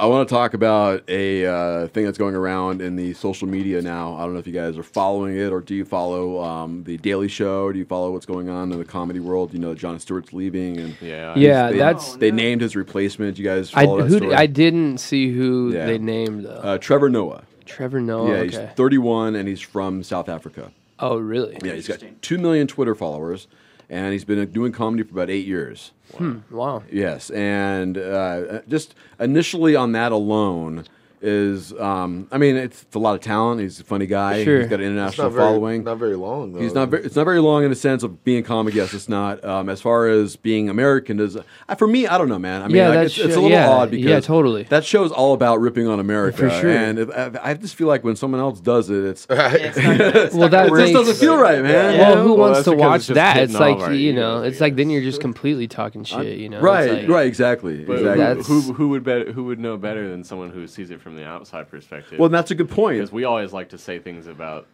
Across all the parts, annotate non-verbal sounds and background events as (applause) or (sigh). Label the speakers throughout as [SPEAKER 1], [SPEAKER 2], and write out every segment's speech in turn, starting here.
[SPEAKER 1] I want to talk about a uh, thing that's going around in the social media now. I don't know if you guys are following it or do you follow um, the Daily Show? Do you follow what's going on in the comedy world? You know, John Stewart's leaving and
[SPEAKER 2] Yeah.
[SPEAKER 3] Yeah,
[SPEAKER 1] they,
[SPEAKER 3] that's-
[SPEAKER 1] they named his replacement. You guys
[SPEAKER 3] I,
[SPEAKER 1] follow that
[SPEAKER 3] who,
[SPEAKER 1] story?
[SPEAKER 3] I didn't see who
[SPEAKER 1] Yeah.
[SPEAKER 3] they named though.
[SPEAKER 1] uh, Trevor Noah.
[SPEAKER 3] Trevor Noah.
[SPEAKER 1] yeah,
[SPEAKER 3] Oh, okay.
[SPEAKER 1] he's 31 and he's from South Africa.
[SPEAKER 3] oh, really?
[SPEAKER 1] Yeah, he's got
[SPEAKER 4] Interesting.
[SPEAKER 1] 2 million Twitter followers and he's been doing comedy for about eight years.
[SPEAKER 3] Wow.
[SPEAKER 1] Yes, and uh, just initially on that alone is, um, I mean, it's, it's a lot of talent. He's a funny guy.
[SPEAKER 3] Sure.
[SPEAKER 1] He's got an
[SPEAKER 5] It's not
[SPEAKER 1] international
[SPEAKER 5] very,
[SPEAKER 1] following.
[SPEAKER 5] Not very long though.
[SPEAKER 1] He's not. Very, it's not very long in the sense of being comic. Yes, it's not. Um, as far as being American, does uh, for me, I don't know, man. I mean,
[SPEAKER 3] Yeah,
[SPEAKER 1] like,
[SPEAKER 3] that
[SPEAKER 1] it's, it's a
[SPEAKER 3] show-
[SPEAKER 1] little
[SPEAKER 3] yeah,
[SPEAKER 1] odd because
[SPEAKER 3] yeah, totally.
[SPEAKER 1] That show's all about ripping on America,
[SPEAKER 3] For sure.
[SPEAKER 1] And if, I I just feel like when someone else does it, it's it
[SPEAKER 4] Yeah, it's not gonna- it's
[SPEAKER 3] Well,
[SPEAKER 4] not gonna
[SPEAKER 3] that
[SPEAKER 4] work.
[SPEAKER 1] just
[SPEAKER 3] makes-
[SPEAKER 1] doesn't feel right, man.
[SPEAKER 3] Well, who
[SPEAKER 2] Well,
[SPEAKER 3] wants
[SPEAKER 2] that's
[SPEAKER 3] to
[SPEAKER 2] because
[SPEAKER 3] watch
[SPEAKER 2] it's just
[SPEAKER 3] that?
[SPEAKER 2] hitting
[SPEAKER 3] It's
[SPEAKER 2] all
[SPEAKER 3] like
[SPEAKER 2] of our
[SPEAKER 3] you know,
[SPEAKER 2] egos,
[SPEAKER 3] it's like then you're just completely talking shit. You know, It's
[SPEAKER 1] right,
[SPEAKER 3] like-
[SPEAKER 1] right, exactly,
[SPEAKER 2] But
[SPEAKER 1] exactly.
[SPEAKER 3] That's-
[SPEAKER 2] who, who who would bet, who would know better than someone who sees it from the outside perspective?
[SPEAKER 1] well, that's a good point.
[SPEAKER 2] because we always like to say things about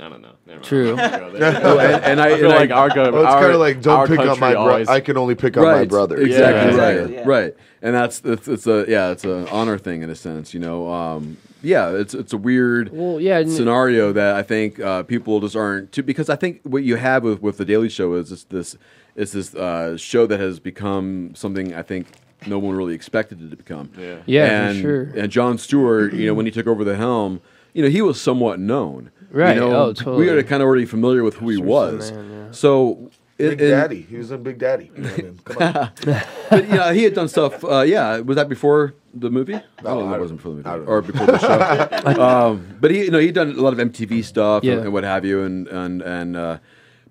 [SPEAKER 2] I don't know. Never mind.
[SPEAKER 3] True.
[SPEAKER 2] I don't
[SPEAKER 5] (laughs)
[SPEAKER 2] wanna go there.
[SPEAKER 1] Oh, and, and I,
[SPEAKER 2] I feel
[SPEAKER 1] and I-
[SPEAKER 2] like our go-
[SPEAKER 5] Well, it's
[SPEAKER 2] our-
[SPEAKER 5] kind of like
[SPEAKER 2] our
[SPEAKER 5] don't pick up
[SPEAKER 2] country
[SPEAKER 5] my brother.
[SPEAKER 2] always-
[SPEAKER 5] I can only pick up my brother.
[SPEAKER 1] Exactly
[SPEAKER 2] Yeah.
[SPEAKER 1] right,
[SPEAKER 4] Yeah.
[SPEAKER 1] right. And that's it's, it's a yeah, it's an honor thing in a sense, you know. Um, yeah, it's it's a weird
[SPEAKER 3] Well, yeah, and-
[SPEAKER 1] scenario that I think uh, people just aren't too, because I think what you have with with the Daily Show is it's this it's this uh, show that has become something I think no one really expected it to become.
[SPEAKER 2] Yeah.
[SPEAKER 3] Yeah, for
[SPEAKER 1] and,
[SPEAKER 3] sure.
[SPEAKER 1] And John Stewart, you know, when he took over the helm. You know, he was somewhat known.
[SPEAKER 3] Right,
[SPEAKER 1] You know,
[SPEAKER 3] oh,
[SPEAKER 1] We
[SPEAKER 3] totally.
[SPEAKER 1] were kind of already familiar with who he was.
[SPEAKER 3] man, yeah.
[SPEAKER 1] So, it-
[SPEAKER 5] Big
[SPEAKER 1] and-
[SPEAKER 5] Daddy. He was in Big Daddy. You know what I mean? Come on.
[SPEAKER 1] but yeah, he had done stuff. Uh, yeah, was that before the movie?
[SPEAKER 5] No,
[SPEAKER 1] oh,
[SPEAKER 5] I
[SPEAKER 1] that
[SPEAKER 5] don't-
[SPEAKER 1] wasn't before the movie,
[SPEAKER 5] I don't
[SPEAKER 1] or before (laughs)
[SPEAKER 5] (laughs)
[SPEAKER 1] the show. um, but he, you know, he'd done a lot of MTV stuff
[SPEAKER 3] Yeah.
[SPEAKER 1] and, and what have you, and and and. Uh,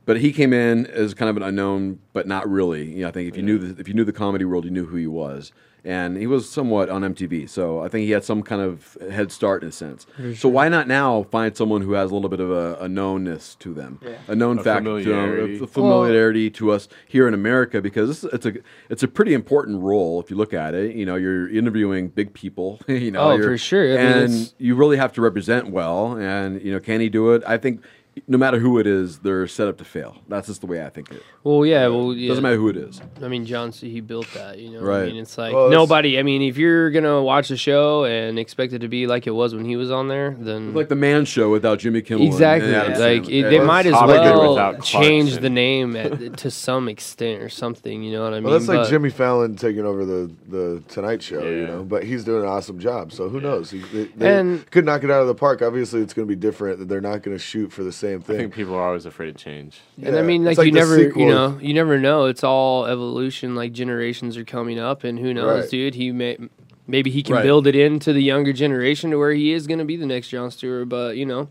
[SPEAKER 1] but he came in as kind of an unknown, but not really. You know, I think if you knew the, if you knew the comedy world, you knew who he was, and he was somewhat on MTV. So I think he had some kind of head start in a sense. So why not now find someone who has a little bit of a, a knownness to them, a known
[SPEAKER 2] A
[SPEAKER 1] fact, to them,
[SPEAKER 2] familiarity.
[SPEAKER 1] a- a familiarity to us here in America because this, it's a it's a pretty important role if you look at it. You know, you're interviewing big people. (laughs) You know,
[SPEAKER 3] Oh,
[SPEAKER 1] you're-
[SPEAKER 3] for sure. I mean,
[SPEAKER 1] and
[SPEAKER 3] it's-
[SPEAKER 1] you really have to represent well. And you know, can he do it? I think no matter who it is, they're set up to fail. That's just the way I think it.
[SPEAKER 3] Well, yeah. Well, yeah.
[SPEAKER 1] Doesn't matter who it is.
[SPEAKER 3] I mean, John, C- he built that, you know. I
[SPEAKER 1] Right.
[SPEAKER 3] mean, it's like
[SPEAKER 5] Well, it's-
[SPEAKER 3] nobody. I mean, if you're gonna watch the show and expect it to be like it was when he was on there, then
[SPEAKER 1] Like the Man Show without Jimmy Kimmel. and-
[SPEAKER 3] exactly,
[SPEAKER 1] and Adam
[SPEAKER 3] like
[SPEAKER 1] Sandler.
[SPEAKER 3] it,
[SPEAKER 1] Yeah.
[SPEAKER 3] they might as
[SPEAKER 2] Tom and Jerry
[SPEAKER 3] well
[SPEAKER 2] without
[SPEAKER 3] change
[SPEAKER 2] Clarkson.
[SPEAKER 3] the name at, to some extent or something. You know what I mean? (laughs)
[SPEAKER 5] Well, that's like
[SPEAKER 3] But-
[SPEAKER 5] Jimmy Fallon taking over the, the Tonight Show, you
[SPEAKER 2] Yeah.
[SPEAKER 5] know. But he's doing an awesome job, so who knows? He, they, they
[SPEAKER 3] And-
[SPEAKER 5] could knock it out of the park. Obviously, it's going to be different. That they're not going to shoot for the same
[SPEAKER 2] I
[SPEAKER 5] thing.
[SPEAKER 2] think people are always afraid of change.
[SPEAKER 3] And I
[SPEAKER 5] Yeah,
[SPEAKER 3] mean, like,
[SPEAKER 5] it's like
[SPEAKER 3] you
[SPEAKER 5] the
[SPEAKER 3] never,
[SPEAKER 5] sequel.
[SPEAKER 3] you know, you never know. It's all evolution. Like generations are coming up, and who knows,
[SPEAKER 5] Right.
[SPEAKER 3] dude? He may, maybe he can
[SPEAKER 1] Right.
[SPEAKER 3] build it into the younger generation to where he is going to be the next John Stewart. But you know,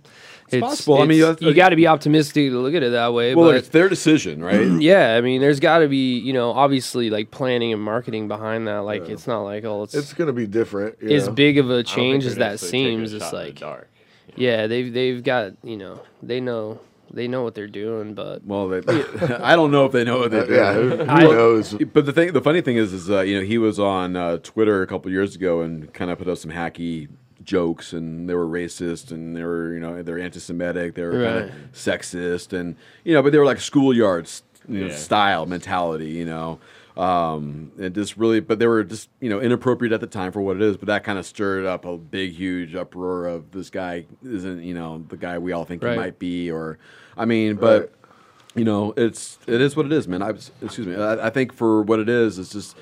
[SPEAKER 3] it's,
[SPEAKER 1] possible. I mean,
[SPEAKER 3] it's-
[SPEAKER 1] that's-
[SPEAKER 3] you got to be optimistic to look at it that way.
[SPEAKER 1] well,
[SPEAKER 3] but
[SPEAKER 1] it's their decision, right?
[SPEAKER 3] (clears throat) yeah, I mean, there's got to be, you know, obviously like planning and marketing behind that. Like, it's not like oh, it's,
[SPEAKER 5] it's going to be different. You
[SPEAKER 3] as
[SPEAKER 5] know?
[SPEAKER 3] big of a
[SPEAKER 2] I don't
[SPEAKER 3] change
[SPEAKER 2] think
[SPEAKER 3] as
[SPEAKER 2] they're
[SPEAKER 3] that
[SPEAKER 2] necessarily taking a
[SPEAKER 3] seems. It's
[SPEAKER 2] shot in the
[SPEAKER 3] like,
[SPEAKER 2] dark.
[SPEAKER 3] yeah, they've they've got, you know, they know they know what they're doing, but
[SPEAKER 1] Well, they, (laughs) I don't know if they know what they're
[SPEAKER 5] Uh,
[SPEAKER 1] doing.
[SPEAKER 5] yeah, who, who
[SPEAKER 3] I-
[SPEAKER 5] knows?
[SPEAKER 1] But the thing, the funny thing is, is uh, you know he was on uh, Twitter a couple years ago and kind of put up some hacky jokes, and they were racist, and they were you know they're anti-Semitic, they were kind
[SPEAKER 3] Right.
[SPEAKER 1] of sexist, and you know, but they were like schoolyard s- you know,
[SPEAKER 2] Yeah.
[SPEAKER 1] style mentality, you know, um, and just really, but they were just you know inappropriate at the time for what it is, but that kind of stirred up a big, huge uproar of this guy isn't you know the guy we all think
[SPEAKER 3] Right.
[SPEAKER 1] he might be, or I mean, but
[SPEAKER 5] Right.
[SPEAKER 1] you know, it's it is what it is, man. I excuse me. I, I think for what it is, it's just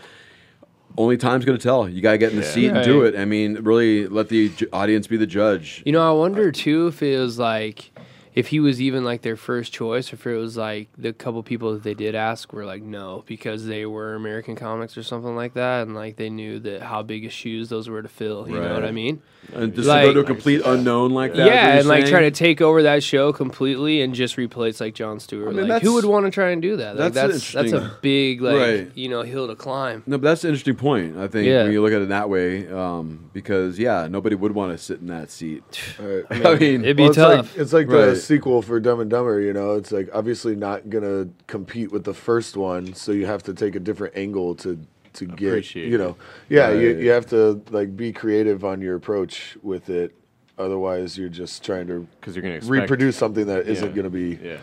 [SPEAKER 1] only time's going to tell. You got to get in the
[SPEAKER 2] Yeah.
[SPEAKER 1] seat and do
[SPEAKER 3] Right.
[SPEAKER 1] it. I mean, really let the ju- audience be the judge.
[SPEAKER 3] You know, I wonder too if it was like if he was even like their first choice, if it was like the couple people that they did ask were like no because they were American comics or something like that, and like they knew that how big of shoes those were to fill. You know what I
[SPEAKER 1] Right.
[SPEAKER 3] mean?
[SPEAKER 1] And just to
[SPEAKER 3] Like-
[SPEAKER 1] go to a complete unknown like that.
[SPEAKER 3] Yeah,
[SPEAKER 1] is what you're
[SPEAKER 3] and like
[SPEAKER 1] saying?
[SPEAKER 3] try to take over that show completely and just replace like John Stewart.
[SPEAKER 1] mean,
[SPEAKER 3] like who
[SPEAKER 1] that's-
[SPEAKER 3] would want to try and do that? Like,
[SPEAKER 1] that's
[SPEAKER 3] that's
[SPEAKER 1] an
[SPEAKER 3] that's a
[SPEAKER 1] interesting-
[SPEAKER 3] big like
[SPEAKER 1] Right.
[SPEAKER 3] you know hill to climb.
[SPEAKER 1] No, but that's an interesting point. I think
[SPEAKER 3] Yeah.
[SPEAKER 1] when you look at it that way, um, because yeah, nobody would want to sit in that
[SPEAKER 3] (sighs)
[SPEAKER 1] seat.
[SPEAKER 5] Right.
[SPEAKER 1] I mean,
[SPEAKER 3] It'd be
[SPEAKER 5] Well, it's
[SPEAKER 3] tough.
[SPEAKER 5] like it's like
[SPEAKER 1] Right.
[SPEAKER 5] the sequel for Dumb and Dumber. You know, it's like obviously not gonna compete with the first one, so you have to take a different angle to to get.
[SPEAKER 2] Appreciate
[SPEAKER 5] you know, yeah, you,
[SPEAKER 1] Right.
[SPEAKER 5] you have to like be creative on your approach with it. Otherwise, you're just trying to
[SPEAKER 2] because you're gonna expect,
[SPEAKER 5] reproduce something that isn't
[SPEAKER 2] Yeah.
[SPEAKER 5] going to be
[SPEAKER 2] Yeah,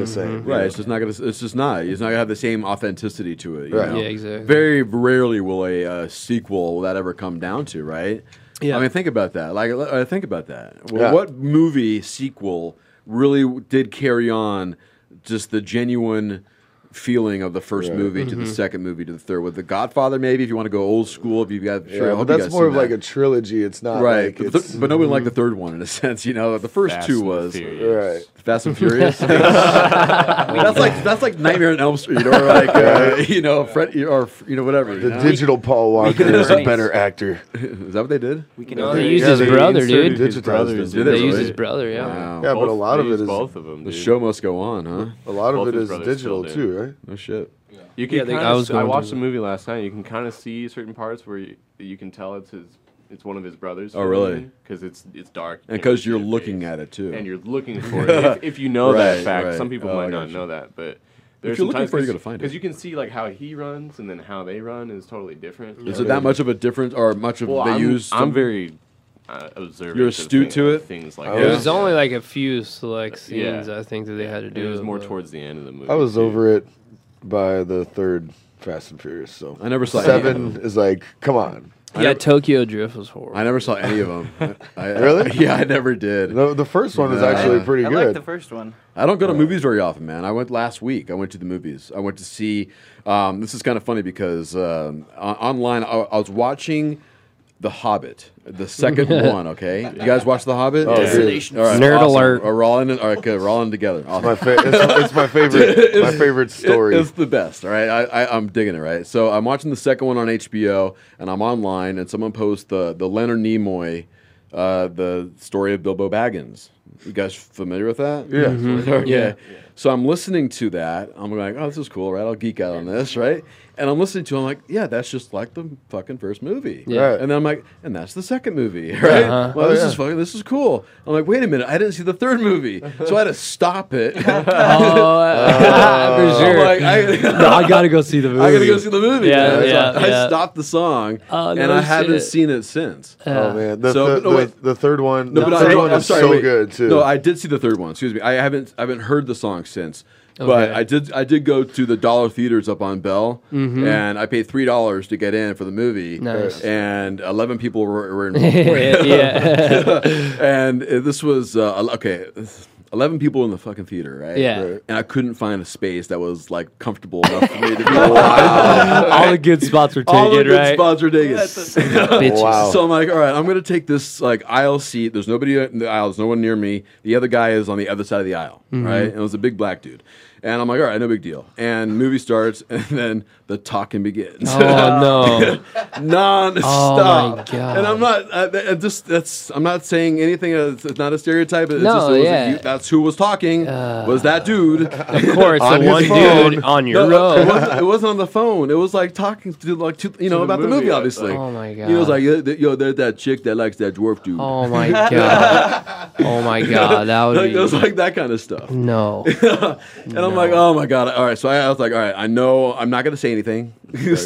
[SPEAKER 5] the same.
[SPEAKER 1] Right, it's just not gonna. It's just not. It's not gonna have the same authenticity to it. you
[SPEAKER 5] Right.
[SPEAKER 1] know?
[SPEAKER 3] Yeah, exactly.
[SPEAKER 1] Very rarely will a uh, sequel will that ever come down to. Right.
[SPEAKER 3] Yeah.
[SPEAKER 1] I mean, think about that. Like, uh, think about that. Well,
[SPEAKER 5] Yeah.
[SPEAKER 1] What movie sequel really w- did carry on just the genuine feeling of the first
[SPEAKER 5] Right.
[SPEAKER 1] movie to the second movie to the third? With The Godfather, maybe if you want to go old school, if you've got.
[SPEAKER 5] Yeah,
[SPEAKER 1] Sure, I
[SPEAKER 5] but
[SPEAKER 1] hope you
[SPEAKER 5] that's
[SPEAKER 1] guys
[SPEAKER 5] more
[SPEAKER 1] seen
[SPEAKER 5] of like
[SPEAKER 1] that.
[SPEAKER 5] a trilogy. It's not
[SPEAKER 1] right. (laughs)
[SPEAKER 5] Like
[SPEAKER 1] but,
[SPEAKER 5] it's, Mm-hmm.
[SPEAKER 1] th- but nobody liked the third one in a (laughs) sense. You know, the first
[SPEAKER 2] Fast
[SPEAKER 1] two
[SPEAKER 2] and
[SPEAKER 1] was.
[SPEAKER 2] Furious.
[SPEAKER 5] right.
[SPEAKER 1] Fast and Furious. that's like that's like Nightmare on Elm Street or like uh, (laughs) you know Fred or you know whatever. you
[SPEAKER 5] The
[SPEAKER 1] know?
[SPEAKER 5] digital Paul Walker is a
[SPEAKER 4] Right.
[SPEAKER 5] better actor.
[SPEAKER 1] Is that what they did?
[SPEAKER 4] We can
[SPEAKER 3] No,
[SPEAKER 4] only
[SPEAKER 3] they used
[SPEAKER 5] Yeah,
[SPEAKER 3] his
[SPEAKER 5] they
[SPEAKER 3] brother,
[SPEAKER 2] inserted
[SPEAKER 3] dude.
[SPEAKER 5] his brother
[SPEAKER 2] brothers
[SPEAKER 1] did
[SPEAKER 2] in
[SPEAKER 1] it,
[SPEAKER 3] They
[SPEAKER 2] it,
[SPEAKER 1] right?
[SPEAKER 3] used
[SPEAKER 2] right?
[SPEAKER 3] his brother, yeah.
[SPEAKER 1] Wow.
[SPEAKER 5] Yeah, but a
[SPEAKER 2] Both-
[SPEAKER 5] lot
[SPEAKER 2] they
[SPEAKER 5] of it
[SPEAKER 2] used
[SPEAKER 5] is
[SPEAKER 2] both of them.
[SPEAKER 1] The
[SPEAKER 2] Dude.
[SPEAKER 1] show must go on, huh?
[SPEAKER 5] a lot of
[SPEAKER 2] Both
[SPEAKER 5] it
[SPEAKER 2] his
[SPEAKER 5] is
[SPEAKER 2] brothers
[SPEAKER 5] digital
[SPEAKER 2] still do.
[SPEAKER 5] too, right?
[SPEAKER 1] No shit.
[SPEAKER 2] You can
[SPEAKER 3] Yeah, they-
[SPEAKER 2] kinda
[SPEAKER 3] I was
[SPEAKER 2] s- I
[SPEAKER 3] going to
[SPEAKER 2] watched
[SPEAKER 3] the-
[SPEAKER 2] the movie last night. You can kind of see certain parts where you, you can tell it's his, it's one of his brothers.
[SPEAKER 1] Oh, really?
[SPEAKER 2] Because it's it's dark.
[SPEAKER 1] And because you're looking at it too.
[SPEAKER 2] and you're
[SPEAKER 1] (laughs)
[SPEAKER 2] looking for it. If, if you know
[SPEAKER 1] Right,
[SPEAKER 2] that fact,
[SPEAKER 1] right.
[SPEAKER 2] some people
[SPEAKER 1] Oh, I
[SPEAKER 2] might not
[SPEAKER 1] gotcha.
[SPEAKER 2] know that, but there's
[SPEAKER 1] you're looking for it, you're gonna find it.
[SPEAKER 2] because you can see like how he runs and then how they run is totally different.
[SPEAKER 1] is it that much of a difference or much of
[SPEAKER 2] Well,
[SPEAKER 1] they
[SPEAKER 2] I'm,
[SPEAKER 1] use?
[SPEAKER 2] I'm
[SPEAKER 1] some-
[SPEAKER 2] very uh, observant.
[SPEAKER 1] You're
[SPEAKER 2] to
[SPEAKER 1] astute
[SPEAKER 2] thi-
[SPEAKER 1] to it?
[SPEAKER 2] Things like
[SPEAKER 5] I
[SPEAKER 2] that.
[SPEAKER 3] It was
[SPEAKER 5] Yeah.
[SPEAKER 3] only like a few select
[SPEAKER 2] Yeah.
[SPEAKER 3] scenes, I think, that they had to
[SPEAKER 2] It
[SPEAKER 3] do.
[SPEAKER 2] was more
[SPEAKER 3] but-
[SPEAKER 2] towards the end of the movie.
[SPEAKER 5] I was
[SPEAKER 2] too.
[SPEAKER 5] over it by the third Fast and Furious. So
[SPEAKER 1] I never saw any of
[SPEAKER 5] seven. Is like, come on.
[SPEAKER 3] Yeah, Tokyo Drift was horrible.
[SPEAKER 1] I (laughs) never saw any of them. I, I-
[SPEAKER 5] Really?
[SPEAKER 1] (laughs) yeah, I never did.
[SPEAKER 5] The, the first one was actually
[SPEAKER 1] Uh,
[SPEAKER 5] pretty
[SPEAKER 4] I like
[SPEAKER 5] good.
[SPEAKER 4] the first one.
[SPEAKER 1] I don't go to movies very often, man. I went last week. I went to the movies. I went to see. Um, this is kind of funny because um, on- online I, I was watching The Hobbit, the
[SPEAKER 5] (laughs)
[SPEAKER 1] second one. Okay, you guys watch The Hobbit?
[SPEAKER 5] Oh, Yeah.
[SPEAKER 4] dude.
[SPEAKER 3] Nerd alert.
[SPEAKER 1] We're all in. All right, good. We're all in together. Awesome.
[SPEAKER 5] my fa- it's, it's my
[SPEAKER 1] (laughs)
[SPEAKER 5] favorite. my favorite
[SPEAKER 1] It-
[SPEAKER 5] story.
[SPEAKER 1] it's the best, all right? I, I, I'm digging it, right? So I'm watching the second one on HBO, and I'm online, and someone posts the, the Leonard Nimoy, uh, the story of Bilbo Baggins. You guys familiar with that? Yeah. okay.
[SPEAKER 3] Yeah.
[SPEAKER 1] So I'm listening to that. I'm like, oh, this is cool, right? I'll geek out on this, right? And I'm listening to it. I'm like, yeah, that's just like the fucking first movie.
[SPEAKER 3] Yeah.
[SPEAKER 1] And then I'm like, and that's the second movie, (laughs) right?
[SPEAKER 3] Uh-huh.
[SPEAKER 1] Well,
[SPEAKER 5] Oh,
[SPEAKER 1] this
[SPEAKER 5] yeah.
[SPEAKER 1] is fucking, this is cool. I'm like, wait a minute, I didn't see the third movie. So I had to stop it.
[SPEAKER 3] (laughs) (laughs) Oh, for
[SPEAKER 1] I'm
[SPEAKER 3] sure.
[SPEAKER 1] like, (laughs) I,
[SPEAKER 3] no, I gotta go see the movie.
[SPEAKER 1] I gotta go see the movie.
[SPEAKER 3] Yeah,
[SPEAKER 1] man. So
[SPEAKER 3] yeah,
[SPEAKER 1] I, I
[SPEAKER 3] yeah.
[SPEAKER 1] stopped the song,
[SPEAKER 3] Oh,
[SPEAKER 1] and
[SPEAKER 3] no
[SPEAKER 1] I haven't
[SPEAKER 3] shit.
[SPEAKER 1] seen it since.
[SPEAKER 3] Uh,
[SPEAKER 4] Uh,
[SPEAKER 5] oh man, the,
[SPEAKER 1] So-
[SPEAKER 5] the,
[SPEAKER 1] no,
[SPEAKER 5] the,
[SPEAKER 1] wait.
[SPEAKER 5] the third one.
[SPEAKER 1] No,
[SPEAKER 5] the
[SPEAKER 1] but
[SPEAKER 5] third
[SPEAKER 1] I,
[SPEAKER 5] one
[SPEAKER 1] am
[SPEAKER 5] is
[SPEAKER 1] sorry,
[SPEAKER 5] so
[SPEAKER 1] wait.
[SPEAKER 5] good too.
[SPEAKER 1] No, I did see the third one. Excuse me, I haven't I haven't heard the song since. But
[SPEAKER 3] Okay.
[SPEAKER 1] I did I did go to the dollar theaters up on Bell, and I paid three dollars to get in for the movie.
[SPEAKER 3] Mm-hmm. Nice.
[SPEAKER 1] And eleven people were, were
[SPEAKER 3] (laughs)
[SPEAKER 1] involved.
[SPEAKER 3] yeah,
[SPEAKER 1] and uh, this was uh, el- okay. Eleven people in the fucking theater, right?
[SPEAKER 3] Yeah.
[SPEAKER 5] Right.
[SPEAKER 1] And I couldn't find a space that was like comfortable enough for me to
[SPEAKER 3] (laughs)
[SPEAKER 1] be alive.
[SPEAKER 3] (laughs) all the good spots were taken,
[SPEAKER 1] All the good
[SPEAKER 3] right?
[SPEAKER 1] spots were taken.
[SPEAKER 3] Bitches.
[SPEAKER 5] Wow.
[SPEAKER 1] So I'm like, all right, I'm gonna take this like aisle seat. There's nobody in the aisle. There's no one near me. The other guy is on the other side of the aisle,
[SPEAKER 3] Mm-hmm.
[SPEAKER 1] right? And it was a big black dude. And I'm like, all right, no big deal. And movie starts, (laughs) and then the talking begins,
[SPEAKER 3] (laughs) Oh no!
[SPEAKER 1] (laughs) non-stop.
[SPEAKER 3] Oh, my God.
[SPEAKER 1] And I'm not, I, I just that's I'm not saying anything. It's, it's not a stereotype. It's
[SPEAKER 3] No,
[SPEAKER 1] just, it was a
[SPEAKER 3] yeah. Uh.
[SPEAKER 1] you- that's who was talking. was that
[SPEAKER 3] (laughs)
[SPEAKER 1] dude?
[SPEAKER 3] Of course,
[SPEAKER 5] On
[SPEAKER 3] the
[SPEAKER 5] his
[SPEAKER 3] one
[SPEAKER 5] phone.
[SPEAKER 3] dude on your
[SPEAKER 1] (laughs) No, uh, it,
[SPEAKER 3] road.
[SPEAKER 1] wasn't, it wasn't on the phone. It was like talking to like to, you know
[SPEAKER 2] the
[SPEAKER 1] about the
[SPEAKER 2] movie,
[SPEAKER 1] movie,
[SPEAKER 2] I
[SPEAKER 1] obviously.
[SPEAKER 3] thought. Oh, my
[SPEAKER 1] He was
[SPEAKER 3] God.
[SPEAKER 1] like, yo, th- yo, there's that chick that likes that dwarf dude.
[SPEAKER 3] Oh my god! Oh my god! That
[SPEAKER 1] (laughs) like,
[SPEAKER 3] would
[SPEAKER 1] it was
[SPEAKER 3] be
[SPEAKER 1] like (laughs) that kind of stuff.
[SPEAKER 3] no.
[SPEAKER 1] And I'm like, oh my god! All right, so I, I was like, all right, I know I'm not gonna say anything. (laughs)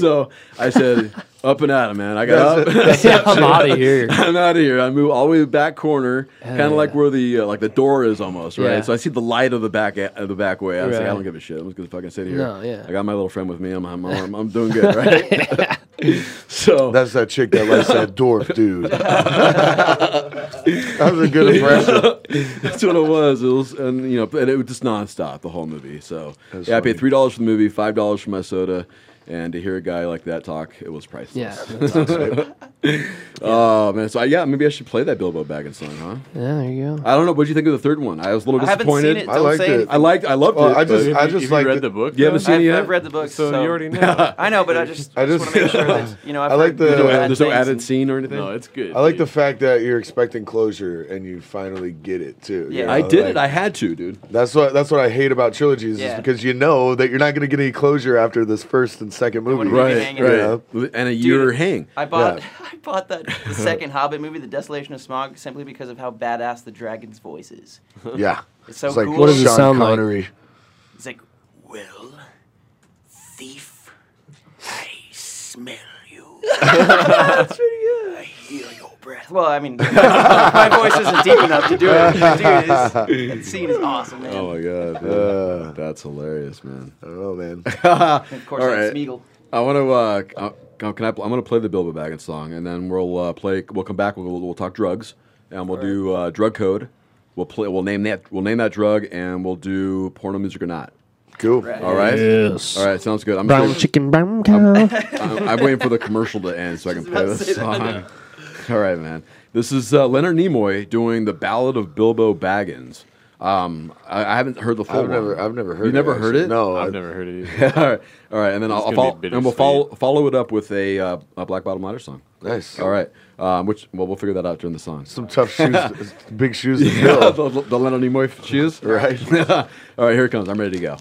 [SPEAKER 1] so I
[SPEAKER 3] (laughs)
[SPEAKER 1] said, up and at him, man. I got (laughs) up.
[SPEAKER 3] I'm out of here.
[SPEAKER 1] I'm out of here. I move all the way to the back corner, kind of like
[SPEAKER 3] yeah.
[SPEAKER 1] where the uh, like the door is almost, right?
[SPEAKER 3] Yeah.
[SPEAKER 1] So I see the light of the back a- of the back way. I was like, I
[SPEAKER 3] Right.
[SPEAKER 1] don't give a shit. I'm just gonna fucking sit here.
[SPEAKER 3] No, yeah.
[SPEAKER 1] I got my little friend with me. I'm
[SPEAKER 3] (laughs)
[SPEAKER 1] I'm, I'm, I'm doing good, right? (laughs) so
[SPEAKER 5] That's that chick that likes
[SPEAKER 1] (laughs)
[SPEAKER 5] that dwarf dude. that was a good impression.
[SPEAKER 1] that's what it was. It was, and you know, and it was just nonstop the whole movie. So
[SPEAKER 5] That's
[SPEAKER 1] yeah, I
[SPEAKER 5] funny.
[SPEAKER 1] paid three dollars for the movie, five dollars for my soda, and to hear a guy like that talk, it was priceless.
[SPEAKER 3] Yeah.
[SPEAKER 1] Oh man, so I, yeah, maybe I should play that Bilbo Baggins song, huh?
[SPEAKER 3] Yeah, there you go.
[SPEAKER 1] I don't know. What do you think of the third one? I was a little
[SPEAKER 4] I haven't seen
[SPEAKER 1] disappointed.
[SPEAKER 4] it.
[SPEAKER 5] I
[SPEAKER 4] Don't
[SPEAKER 5] liked
[SPEAKER 4] say
[SPEAKER 5] it.
[SPEAKER 4] anything.
[SPEAKER 1] I liked. I loved it.
[SPEAKER 5] Well, I
[SPEAKER 1] but-
[SPEAKER 5] just, I
[SPEAKER 2] Have
[SPEAKER 5] just
[SPEAKER 2] you
[SPEAKER 5] like
[SPEAKER 2] read
[SPEAKER 5] the,
[SPEAKER 2] the book.
[SPEAKER 1] You haven't
[SPEAKER 2] though?
[SPEAKER 1] seen-
[SPEAKER 4] I've,
[SPEAKER 1] it yet?
[SPEAKER 4] I've read the book,
[SPEAKER 2] So
[SPEAKER 4] so,
[SPEAKER 2] you (laughs) already know.
[SPEAKER 4] (laughs) I know, but I just,
[SPEAKER 5] (laughs) I
[SPEAKER 4] I
[SPEAKER 5] just-
[SPEAKER 4] just want to make sure that you know. I've
[SPEAKER 5] I like
[SPEAKER 4] heard
[SPEAKER 5] the-
[SPEAKER 4] good
[SPEAKER 1] No
[SPEAKER 4] and
[SPEAKER 5] There's
[SPEAKER 1] ad-
[SPEAKER 4] bad
[SPEAKER 1] there's no
[SPEAKER 4] things
[SPEAKER 1] added
[SPEAKER 4] and-
[SPEAKER 1] scene or anything.
[SPEAKER 2] No, it's good.
[SPEAKER 5] I like the
[SPEAKER 2] dude.
[SPEAKER 5] fact that you're expecting closure and you finally get it too. you
[SPEAKER 4] Yeah.
[SPEAKER 1] I
[SPEAKER 5] know,
[SPEAKER 1] did
[SPEAKER 5] like-
[SPEAKER 1] it. I had to, dude.
[SPEAKER 5] That's what that's what I hate about trilogies is
[SPEAKER 4] Yeah.
[SPEAKER 5] because you know that you're not going to get any closure after this first and second movie.
[SPEAKER 4] Right, Right, hanging right.
[SPEAKER 5] Yeah.
[SPEAKER 1] And a year hang.
[SPEAKER 4] I bought (laughs) I bought that
[SPEAKER 5] (laughs)
[SPEAKER 4] the second Hobbit movie, The Desolation of Smog, simply because of how badass the dragon's voice is.
[SPEAKER 5] Yeah.
[SPEAKER 4] (laughs) It's so
[SPEAKER 5] it's like
[SPEAKER 4] cool.
[SPEAKER 3] What does it
[SPEAKER 5] Sean
[SPEAKER 3] sound like?
[SPEAKER 5] Connery.
[SPEAKER 4] It's like, well, thief,
[SPEAKER 5] (laughs)
[SPEAKER 4] (laughs) I smell you. That's pretty good. I hear your breath. Well, I mean, (laughs) my voice isn't deep enough to do it. But dude, it's, it seems awesome, man.
[SPEAKER 1] Oh my god,
[SPEAKER 5] Uh.
[SPEAKER 1] that's hilarious, man.
[SPEAKER 5] I don't know, man.
[SPEAKER 4] of course,
[SPEAKER 1] All right.
[SPEAKER 4] that's Smeagol.
[SPEAKER 1] I want to. Uh, c- uh, c- can I? Pl- I'm going to play the Bilbo Baggins song, and then we'll uh, play. We'll come back. We'll, we'll, we'll talk drugs, and we'll do uh, drug code. We'll play. We'll name that. We'll name that drug, and we'll do porno music or not.
[SPEAKER 5] Cool.
[SPEAKER 4] Right.
[SPEAKER 1] All right.
[SPEAKER 3] Yes.
[SPEAKER 1] All right. Sounds good. I'm, just
[SPEAKER 3] Brown
[SPEAKER 1] waiting-
[SPEAKER 3] chicken, brown cow.
[SPEAKER 1] I'm, I'm waiting for the commercial to end
[SPEAKER 4] (laughs)
[SPEAKER 1] so I can
[SPEAKER 4] Just
[SPEAKER 1] play
[SPEAKER 4] about to
[SPEAKER 1] this
[SPEAKER 4] say that, I
[SPEAKER 1] song. (laughs) All right, man. This is uh, Leonard Nimoy doing the Ballad of Bilbo Baggins. Um, I, I haven't heard the full
[SPEAKER 5] I've
[SPEAKER 1] one.
[SPEAKER 5] never, I've never heard.
[SPEAKER 1] You never
[SPEAKER 5] it,
[SPEAKER 1] heard
[SPEAKER 5] actually.
[SPEAKER 1] it?
[SPEAKER 5] No, oh, I-
[SPEAKER 2] I've never heard it.
[SPEAKER 1] (laughs) all
[SPEAKER 2] Either.
[SPEAKER 1] right, all right, and then I'll, I'll
[SPEAKER 2] gonna
[SPEAKER 1] follow,
[SPEAKER 2] be
[SPEAKER 1] and we'll follow follow it up with a, uh, a Black Bottom Ladder song.
[SPEAKER 5] Nice.
[SPEAKER 1] All right, um, which well we'll figure that out during the
[SPEAKER 2] (laughs)
[SPEAKER 1] song. (laughs)
[SPEAKER 5] Some tough shoes, big shoes to
[SPEAKER 1] the,
[SPEAKER 5] fill.
[SPEAKER 1] the Leonard Nimoy shoes,
[SPEAKER 5] Right.
[SPEAKER 1] (laughs) all right, here it comes. I'm ready to go.